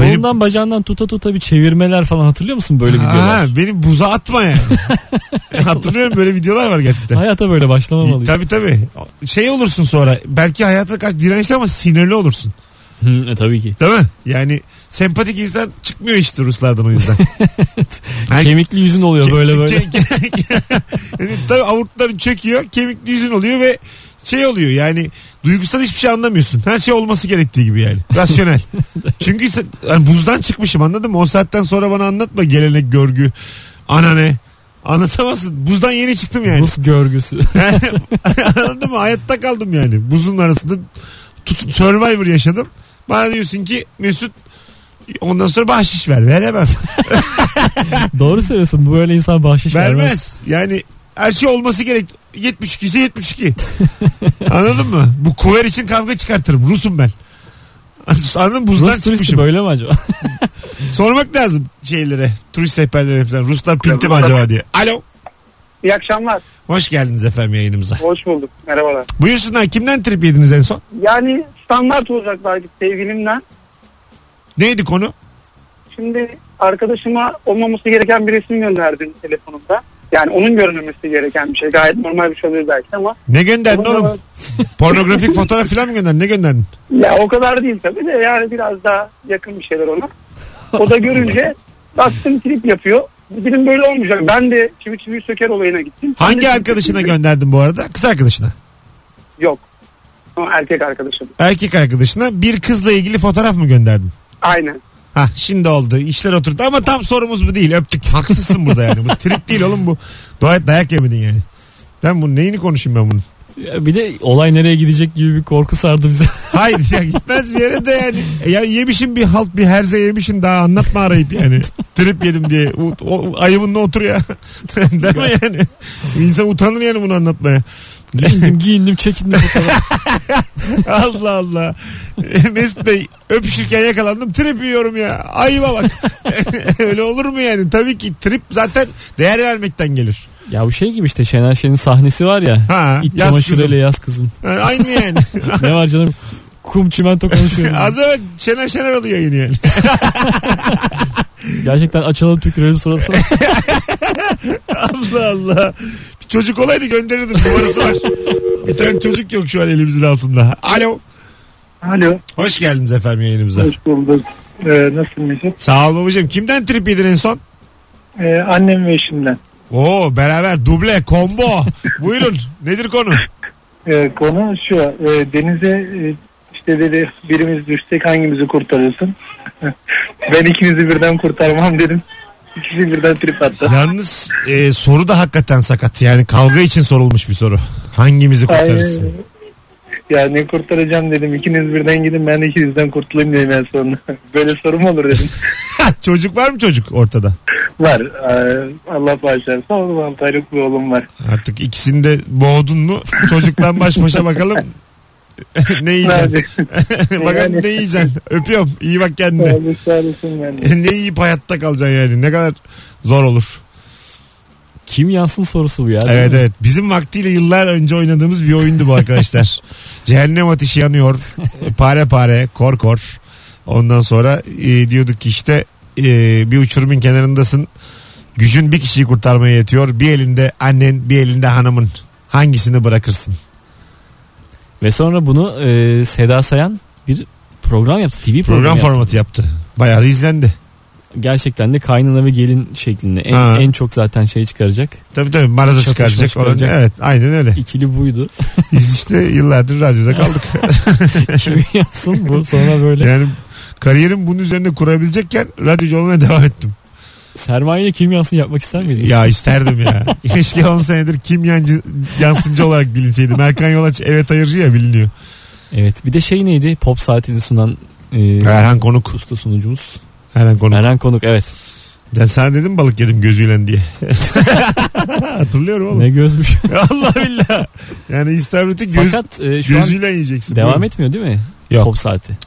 [SPEAKER 2] Benim-
[SPEAKER 3] Kolundan bacağından tuta tuta bir çevirmeler falan hatırlıyor musun böyle
[SPEAKER 2] Ha,
[SPEAKER 3] videolar?
[SPEAKER 2] beni buza atma yani. E, Hatırlıyorum böyle videolar var gerçekten.
[SPEAKER 3] Hayata böyle başlamamalıyız.
[SPEAKER 2] Tabii tabii. Şey olursun sonra belki hayata kaç dirençli ama sinirli olursun.
[SPEAKER 3] Hı, e, tabii ki.
[SPEAKER 2] Değil mi? Yani sempatik insan çıkmıyor işte Ruslardan o yüzden. Ay-
[SPEAKER 3] Kemikli yüzün oluyor böyle böyle.
[SPEAKER 2] Ke- ke- ke- yani tabii avurtların çöküyor, kemikli yüzün oluyor ve şey oluyor yani duygusal hiçbir şey anlamıyorsun. Her şey olması gerektiği gibi yani. Rasyonel. Çünkü sen- yani buzdan çıkmışım anladın mı? O saatten sonra bana anlatma gelenek görgü. Ana ne? Anlatamazsın. Buzdan yeni çıktım yani.
[SPEAKER 3] Rus görgüsü.
[SPEAKER 2] Anladın mı? Hayatta kaldım yani. Buzun arasında tut, survivor yaşadım. Bana diyorsun ki Mesut ondan sonra bahşiş ver. Veremem.
[SPEAKER 3] Doğru söylüyorsun. Bu böyle insan bahşiş
[SPEAKER 2] Vermez.
[SPEAKER 3] vermez.
[SPEAKER 2] Yani her şey olması gerek. 72 ise 72. Anladın mı? Bu kuver için kavga çıkartırım. Rusum ben. Anladın mı? Buzdan
[SPEAKER 3] Rus turisti
[SPEAKER 2] çıkmışım.
[SPEAKER 3] böyle mi acaba?
[SPEAKER 2] Sormak lazım şeylere. Turist rehberlerine falan. Ruslar pinti mi acaba diye. Alo.
[SPEAKER 5] İyi akşamlar.
[SPEAKER 2] Hoş geldiniz efendim yayınımıza.
[SPEAKER 5] Hoş bulduk. Merhabalar.
[SPEAKER 2] Buyursunlar kimden trip yediniz en son?
[SPEAKER 5] Yani standart olacaklardı sevgilimle.
[SPEAKER 2] Neydi konu?
[SPEAKER 5] Şimdi arkadaşıma olmaması gereken bir resim gönderdim telefonumda. Yani onun görünmesi gereken bir şey. Gayet normal bir şey olur belki ama.
[SPEAKER 2] Ne gönderdin
[SPEAKER 5] Onun-
[SPEAKER 2] oğlum? Pornografik fotoğraf falan mı gönderdin? Ne gönderdin?
[SPEAKER 5] Ya o kadar değil tabii de yani biraz daha yakın bir şeyler ona. O da görünce baktım trip yapıyor. Dedim böyle olmayacak. Ben de çivi çivi söker olayına gittim. Ben de
[SPEAKER 2] Hangi
[SPEAKER 5] çivi
[SPEAKER 2] arkadaşına
[SPEAKER 5] çivi-
[SPEAKER 2] gönderdin bu arada? Kız arkadaşına.
[SPEAKER 5] Yok. Ama erkek arkadaşım.
[SPEAKER 2] Erkek arkadaşına bir kızla ilgili fotoğraf mı gönderdin?
[SPEAKER 5] Aynen.
[SPEAKER 2] Ha şimdi oldu. İşler oturdu ama tam sorumuz bu değil. Öptük. Haksızsın burada yani. Bu trip değil oğlum bu. Doğa et dayak yemedin yani. Ben bunu neyini konuşayım ben bunu?
[SPEAKER 3] Ya bir de olay nereye gidecek gibi bir korku sardı bize.
[SPEAKER 2] Hayır ya gitmez bir yere de yani. E Ya yemişim bir halt bir herze yemişim daha anlatma arayıp yani. Trip yedim diye. U- o- ayıbınla otur ya. Değil mi yani? İnsan utanır yani bunu anlatmaya.
[SPEAKER 3] Giyindim giyindim çekindim fotoğraf.
[SPEAKER 2] Allah Allah. Mesut Bey öpüşürken yakalandım trip yiyorum ya. Ayıba bak. Öyle olur mu yani? Tabii ki trip zaten değer vermekten gelir.
[SPEAKER 3] ya bu şey gibi işte Şener Şen'in sahnesi var ya.
[SPEAKER 2] Ha,
[SPEAKER 3] İç
[SPEAKER 2] yaz
[SPEAKER 3] çamaşırıyla yaz kızım.
[SPEAKER 2] Ha, Aynı yani.
[SPEAKER 3] ne var canım? Kum çimento konuşuyoruz.
[SPEAKER 2] Az evvel Şener Şener oluyor yayını yani.
[SPEAKER 3] Gerçekten açalım tükürelim sonrasında.
[SPEAKER 2] Allah Allah. Bir çocuk olaydı gönderirdim. Numarası var. Bir tane çocuk yok şu an elimizin altında. Alo.
[SPEAKER 5] Alo.
[SPEAKER 2] Hoş geldiniz efendim yayınımıza.
[SPEAKER 5] bulduk.
[SPEAKER 4] Ee,
[SPEAKER 5] nasıl Mesut?
[SPEAKER 2] Sağ ol babacığım. Kimden trip yedin en son?
[SPEAKER 4] Ee,
[SPEAKER 5] annem ve eşimden.
[SPEAKER 2] Oo beraber duble combo. Buyurun. Nedir konu?
[SPEAKER 5] Ee, konu şu e, denize e, işte dedi birimiz düşsek hangimizi kurtarırsın? ben ikinizi birden kurtarmam dedim.
[SPEAKER 4] İkisi birden trip attı.
[SPEAKER 2] Yalnız e, soru da hakikaten sakat. Yani kavga için sorulmuş bir soru. Hangimizi kurtarırsın?
[SPEAKER 4] Ay, Ya ne kurtaracağım dedim. İkiniz birden gidin ben de ikinizden kurtulayım dedim en sonunda. Böyle sorum olur dedim.
[SPEAKER 2] çocuk var mı çocuk ortada?
[SPEAKER 4] Var. Ee, Allah bağışlarsa oğlum Antalya'lık bir oğlum var.
[SPEAKER 2] Artık ikisini de boğdun mu? Çocuktan baş başa bakalım. ne yiyeceksin?
[SPEAKER 4] Nerede?
[SPEAKER 2] bakalım ne yiyeceksin? Öpüyorum. İyi bak kendine.
[SPEAKER 4] Sağlık sağ olasın ben de.
[SPEAKER 2] ne yiyip hayatta kalacaksın yani. Ne kadar zor olur.
[SPEAKER 3] Kim yansın sorusu bu ya. değil
[SPEAKER 2] Evet
[SPEAKER 3] mi?
[SPEAKER 2] evet. Bizim vaktiyle yıllar önce oynadığımız bir oyundu bu arkadaşlar. Cehennem ateşi yanıyor. Pare pare, kor kor. Ondan sonra e, diyorduk ki işte e, bir uçurumun kenarındasın. Gücün bir kişiyi kurtarmaya yetiyor. Bir elinde annen, bir elinde hanımın. Hangisini bırakırsın?
[SPEAKER 3] Ve sonra bunu e, Seda Sayan bir program yaptı. TV programı
[SPEAKER 2] Program
[SPEAKER 3] yaptı.
[SPEAKER 2] formatı yaptı. Bayağı da izlendi.
[SPEAKER 3] Gerçekten de kaynana ve gelin şeklinde.
[SPEAKER 2] Ha.
[SPEAKER 3] En, en çok zaten şey çıkaracak.
[SPEAKER 2] Tabii tabii maraza
[SPEAKER 3] Çatışma
[SPEAKER 2] çıkaracak.
[SPEAKER 3] çıkaracak.
[SPEAKER 2] Olan, evet aynen öyle.
[SPEAKER 3] İkili buydu.
[SPEAKER 2] Biz işte yıllardır radyoda kaldık.
[SPEAKER 3] Kim yansın bu sonra böyle.
[SPEAKER 2] yani kariyerim bunun üzerine kurabilecekken radyocu olmaya devam ettim.
[SPEAKER 3] Sermaye kim yansın yapmak ister miydiniz?
[SPEAKER 2] Ya isterdim ya. Keşke 10 senedir kim yancı, yansıncı olarak bilinseydim. Erkan Yolaç evet hayırcı ya biliniyor.
[SPEAKER 3] Evet. Bir de şey neydi? Pop saatini sunan e,
[SPEAKER 2] Erhan Konuk.
[SPEAKER 3] usta sunucumuz.
[SPEAKER 2] Erhan Konuk.
[SPEAKER 3] Eren Konuk evet.
[SPEAKER 2] Ben sana dedim balık yedim gözüyle diye. Hatırlıyorum oğlum.
[SPEAKER 3] Ne gözmüş.
[SPEAKER 2] Allah billah. Yani İstavrit'i göz,
[SPEAKER 3] Fakat e, şu an
[SPEAKER 2] gözüyle yiyeceksin.
[SPEAKER 3] devam
[SPEAKER 2] Buyurun.
[SPEAKER 3] etmiyor değil mi?
[SPEAKER 2] Yok.
[SPEAKER 3] Pop saati.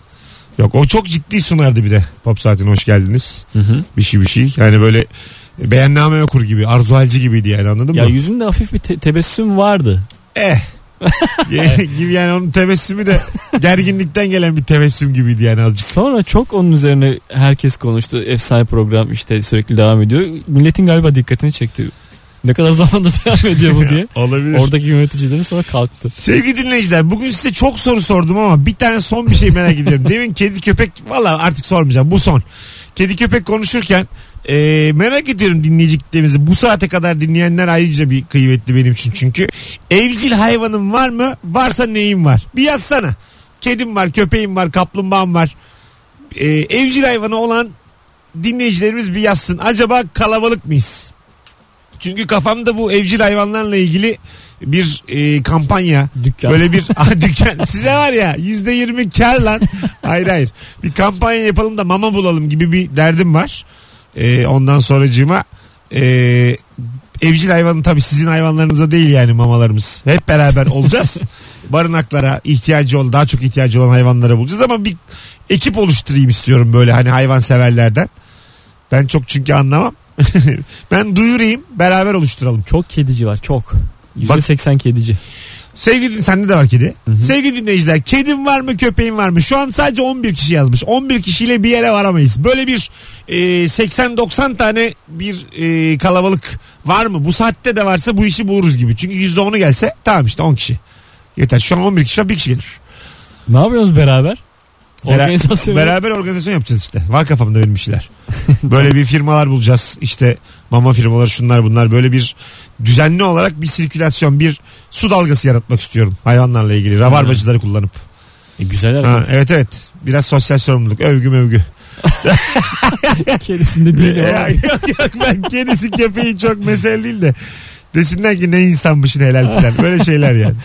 [SPEAKER 2] Yok o çok ciddi sunardı bir de. Pop saatine hoş geldiniz.
[SPEAKER 3] Hı hı.
[SPEAKER 2] Bir şey bir şey. Yani böyle beyanname okur gibi. Arzu halci gibiydi yani anladın
[SPEAKER 3] Ya
[SPEAKER 2] mı?
[SPEAKER 3] yüzünde hafif bir te- tebessüm vardı.
[SPEAKER 2] eh. gibi yani onun tebessümü de gerginlikten gelen bir tebessüm gibiydi yani azıcık.
[SPEAKER 3] Sonra çok onun üzerine herkes konuştu. Efsane program işte sürekli devam ediyor. Milletin galiba dikkatini çekti. Ne kadar zamanda devam ediyor bu diye.
[SPEAKER 2] Olabilir.
[SPEAKER 3] Oradaki yöneticilerin sonra kalktı.
[SPEAKER 2] Sevgili dinleyiciler bugün size çok soru sordum ama bir tane son bir şey merak ediyorum. Demin kedi köpek valla artık sormayacağım bu son. Kedi köpek konuşurken e, merak ediyorum dinleyeceklerimizi. Bu saate kadar dinleyenler ayrıca bir kıymetli benim için çünkü. Evcil hayvanın var mı? Varsa neyin var? Bir yazsana. Kedim var, köpeğim var, kaplumbağam var. E, evcil hayvanı olan dinleyicilerimiz bir yazsın. Acaba kalabalık mıyız? Çünkü kafamda bu evcil hayvanlarla ilgili bir e, kampanya
[SPEAKER 3] Dükkan.
[SPEAKER 2] Böyle bir Ah, dükkan size var ya yüzde yirmi kar lan. Hayır hayır. Bir kampanya yapalım da mama bulalım gibi bir derdim var. Ee, ondan sonracığıma ee, evcil hayvanın tabii sizin hayvanlarınıza değil yani mamalarımız. Hep beraber olacağız. Barınaklara ihtiyacı ol daha çok ihtiyacı olan hayvanlara bulacağız ama bir ekip oluşturayım istiyorum böyle hani hayvan severlerden. Ben çok çünkü anlamam. ben duyurayım beraber oluşturalım.
[SPEAKER 3] Çok kedici var çok.
[SPEAKER 2] Bak-
[SPEAKER 3] %80 kedici.
[SPEAKER 2] Sevgili sende de var kedi.
[SPEAKER 3] Hı hı.
[SPEAKER 2] Sevgili dinleyiciler kedin var mı köpeğin var mı? Şu an sadece 11 kişi yazmış. 11 kişiyle bir yere varamayız. Böyle bir e, 80-90 tane bir e, kalabalık var mı? Bu saatte de varsa bu işi buluruz gibi. Çünkü %10'u gelse tamam işte 10 kişi. Yeter şu an 11 kişi var bir kişi gelir.
[SPEAKER 3] Ne yapıyoruz beraber?
[SPEAKER 2] Bera-
[SPEAKER 3] Organizasyon.
[SPEAKER 2] Beraber organizasyon yapacağız işte. Var kafamda benim bir şeyler. Böyle bir firmalar bulacağız. İşte mama firmaları şunlar bunlar. Böyle bir düzenli olarak bir sirkülasyon bir su dalgası yaratmak istiyorum. Hayvanlarla ilgili. Rabarbacıları kullanıp.
[SPEAKER 3] E, güzel
[SPEAKER 2] Ha,
[SPEAKER 3] herhalde.
[SPEAKER 2] evet evet. Biraz sosyal sorumluluk. Övgü mövgü.
[SPEAKER 3] Kedisinde değil
[SPEAKER 2] Ee,
[SPEAKER 3] ama.
[SPEAKER 2] yok yok ben kendisi köpeği çok mesele değil de. Desinler ki ne insanmış ne helal filan. Böyle şeyler yani.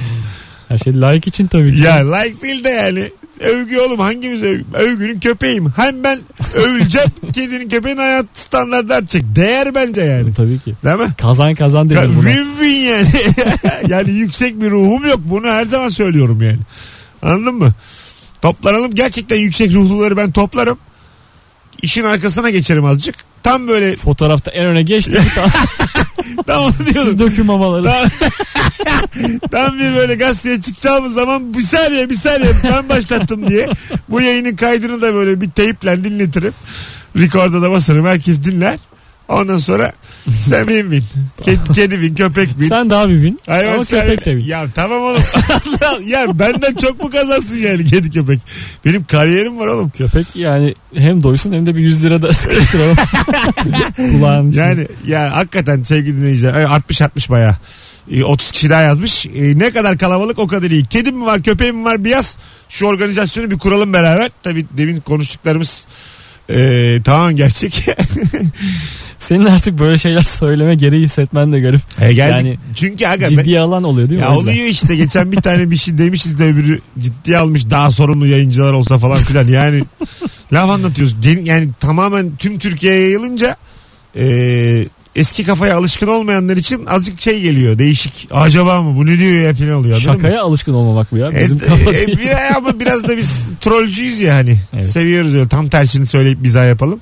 [SPEAKER 3] Her şey layık için tabii ki.
[SPEAKER 2] Ya like değil de yani. Övgü oğlum hangimiz övgü? Övgünün köpeğim. Hem ben övüleceğim. kedinin köpeğin hayat standartları artacak. Değer bence yani.
[SPEAKER 3] Tabii ki.
[SPEAKER 2] Değil mi?
[SPEAKER 3] Kazan kazan
[SPEAKER 2] Ya,
[SPEAKER 3] denir buna.
[SPEAKER 2] Win-win yani. yani yüksek bir ruhum yok. Bunu her zaman söylüyorum yani. Anladın mı? Toplanalım. Gerçekten yüksek ruhluları ben toplarım. İşin arkasına geçerim azıcık. Tam böyle
[SPEAKER 3] Fotoğrafta en öne geçti.
[SPEAKER 2] tam onu
[SPEAKER 3] Siz
[SPEAKER 2] diyorum.
[SPEAKER 3] döküm havaları.
[SPEAKER 2] Tam, tam bir böyle gazeteye çıkacağımız zaman bir saniye bir saniye ben başlattım diye bu yayının kaydını da böyle bir teyple dinletirim. Rekorda da basarım. Herkes dinler. Ondan sonra sen bin bin. Kedi, kedi bin, köpek bin.
[SPEAKER 3] Sen daha bir bin.
[SPEAKER 2] Hayvan
[SPEAKER 3] ama
[SPEAKER 2] sever-
[SPEAKER 3] köpek de bin.
[SPEAKER 2] Ya tamam oğlum. Allah- ya benden çok mu kazansın yani kedi köpek? Benim kariyerim var oğlum.
[SPEAKER 3] Köpek yani hem doysun hem de bir 100 lira da sıkıştıralım. Kulağın içine.
[SPEAKER 2] Yani ya hakikaten sevgili dinleyiciler ay, artmış artmış bayağı. Ee, 30 kişi daha yazmış. Ee, ne kadar kalabalık o kadar iyi. Kedim mi var köpeğim mi var bir yaz. Şu organizasyonu bir kuralım e, beraber. Tabii demin konuştuklarımız ee, tamamen gerçek.
[SPEAKER 3] Senin artık böyle şeyler söyleme gereği hissetmen de garip.
[SPEAKER 2] E geldik.
[SPEAKER 3] Yani
[SPEAKER 2] Çünkü aga ben-
[SPEAKER 3] Ciddiye alan oluyor değil mi?
[SPEAKER 2] ya
[SPEAKER 3] o yüzden?
[SPEAKER 2] oluyor işte geçen bir tane bir şey demişiz de öbürü ciddiye almış daha sorumlu yayıncılar olsa falan filan yani laf anlatıyoruz Gen- yani tamamen tüm Türkiye'ye yayılınca e, eski kafaya alışkın olmayanlar için azıcık şey geliyor değişik acaba mı bu ne diyor ya filan oluyor anladın mı?
[SPEAKER 3] Şakaya alışkın olmamak bu ya. Bizim
[SPEAKER 2] E,
[SPEAKER 3] kafa
[SPEAKER 2] e,
[SPEAKER 3] değil.
[SPEAKER 2] bir- ama biraz da biz trollcüyüz ya hani.
[SPEAKER 3] Evet.
[SPEAKER 2] Seviyoruz öyle tam tersini söyleyip bize yapalım.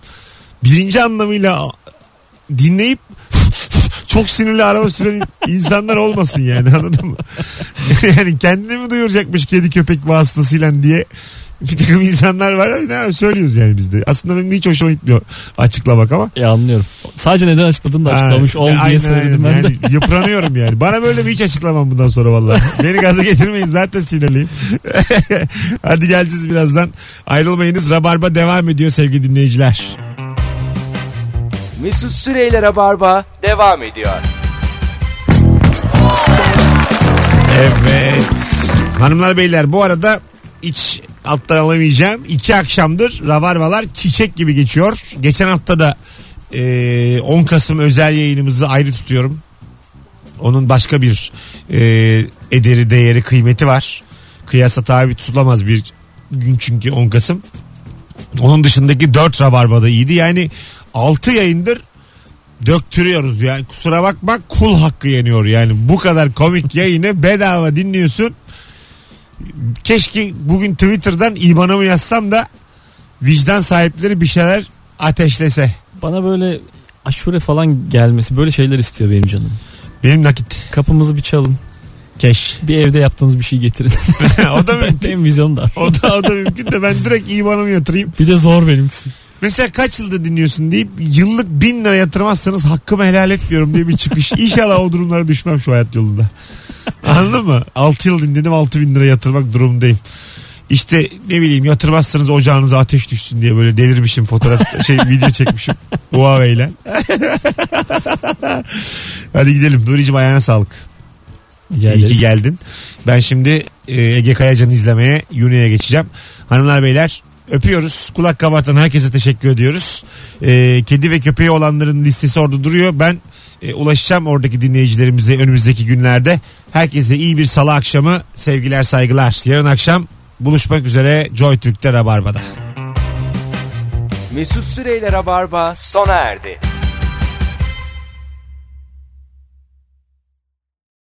[SPEAKER 2] Birinci anlamıyla dinleyip çok sinirli araba süren insanlar olmasın yani anladın mı? yani kendini mi duyuracakmış kedi köpek vasıtasıyla diye bir takım insanlar var. Ne abi, söylüyoruz yani biz de. Aslında benim hiç hoşuma gitmiyor açıklamak ama.
[SPEAKER 3] Ya E, anlıyorum. Sadece neden açıkladığını da açıklamış
[SPEAKER 2] Ha, e,
[SPEAKER 3] ol
[SPEAKER 2] aynen,
[SPEAKER 3] diye söyledim
[SPEAKER 2] aynen.
[SPEAKER 3] ben de.
[SPEAKER 2] Yani yıpranıyorum yani. Bana böyle mi hiç açıklamam bundan sonra vallahi. Beni gaza getirmeyin zaten sinirliyim. Hadi geleceğiz birazdan. Ayrılmayınız. Rabarba devam ediyor sevgili dinleyiciler.
[SPEAKER 1] Mesut Süreyler'e barba devam ediyor.
[SPEAKER 2] Evet. Hanımlar beyler bu arada iç alttan alamayacağım. İki akşamdır rabarbalar çiçek gibi geçiyor. Geçen hafta da e, 10 Kasım özel yayınımızı ayrı tutuyorum. Onun başka bir e, ederi, değeri, kıymeti var. Kıyasa tabi tutulamaz bir gün çünkü 10 Kasım. Onun dışındaki 4 rabarbada iyiydi. Yani 6 yayındır döktürüyoruz yani kusura bakma kul hakkı yeniyor yani bu kadar komik yayını bedava dinliyorsun keşke bugün Twitter'dan ibanımı yazsam da vicdan sahipleri bir şeyler ateşlese
[SPEAKER 3] Bana böyle aşure falan gelmesi böyle şeyler istiyor benim canım.
[SPEAKER 2] benim nakit
[SPEAKER 3] Kapımızı bir çalın.
[SPEAKER 2] keş
[SPEAKER 3] Bir evde yaptığınız bir şey getirin.
[SPEAKER 2] o da
[SPEAKER 3] ben,
[SPEAKER 2] mümkün
[SPEAKER 3] benim vizyonum dar.
[SPEAKER 2] o da, o da mümkün de ben direkt ibanımı yatırayım
[SPEAKER 3] Bir de zor benimkisi.
[SPEAKER 2] mesela kaç yılda dinliyorsun deyip yıllık bin lira yatırmazsanız hakkımı helal etmiyorum diye bir çıkış İnşallah o durumlara düşmem şu hayat yolunda Anladın mı? 6 yıl dinledim 6 bin lira yatırmak durumundayım. İşte ne bileyim yatırmazsanız ocağınıza ateş düşsün diye böyle delirmişim fotoğraf şey video çekmişim Huawei'yle. Hadi gidelim Nuri'cim ayağına sağlık.
[SPEAKER 3] Rica
[SPEAKER 2] İyi ki
[SPEAKER 3] ederiz.
[SPEAKER 2] geldin. Ben şimdi e, Ege Kayacan'ı izlemeye Yune'ye geçeceğim. Hanımlar beyler öpüyoruz. Kulak kabartan herkese teşekkür ediyoruz. E, kedi ve köpeği olanların listesi orada duruyor. Ben e, ulaşacağım oradaki dinleyicilerimize önümüzdeki günlerde. Herkese iyi bir salı akşamı. Sevgiler saygılar. Yarın akşam buluşmak üzere Joy Türk'te Rabarba'da.
[SPEAKER 1] Mesut Süreyler'e barba sona erdi.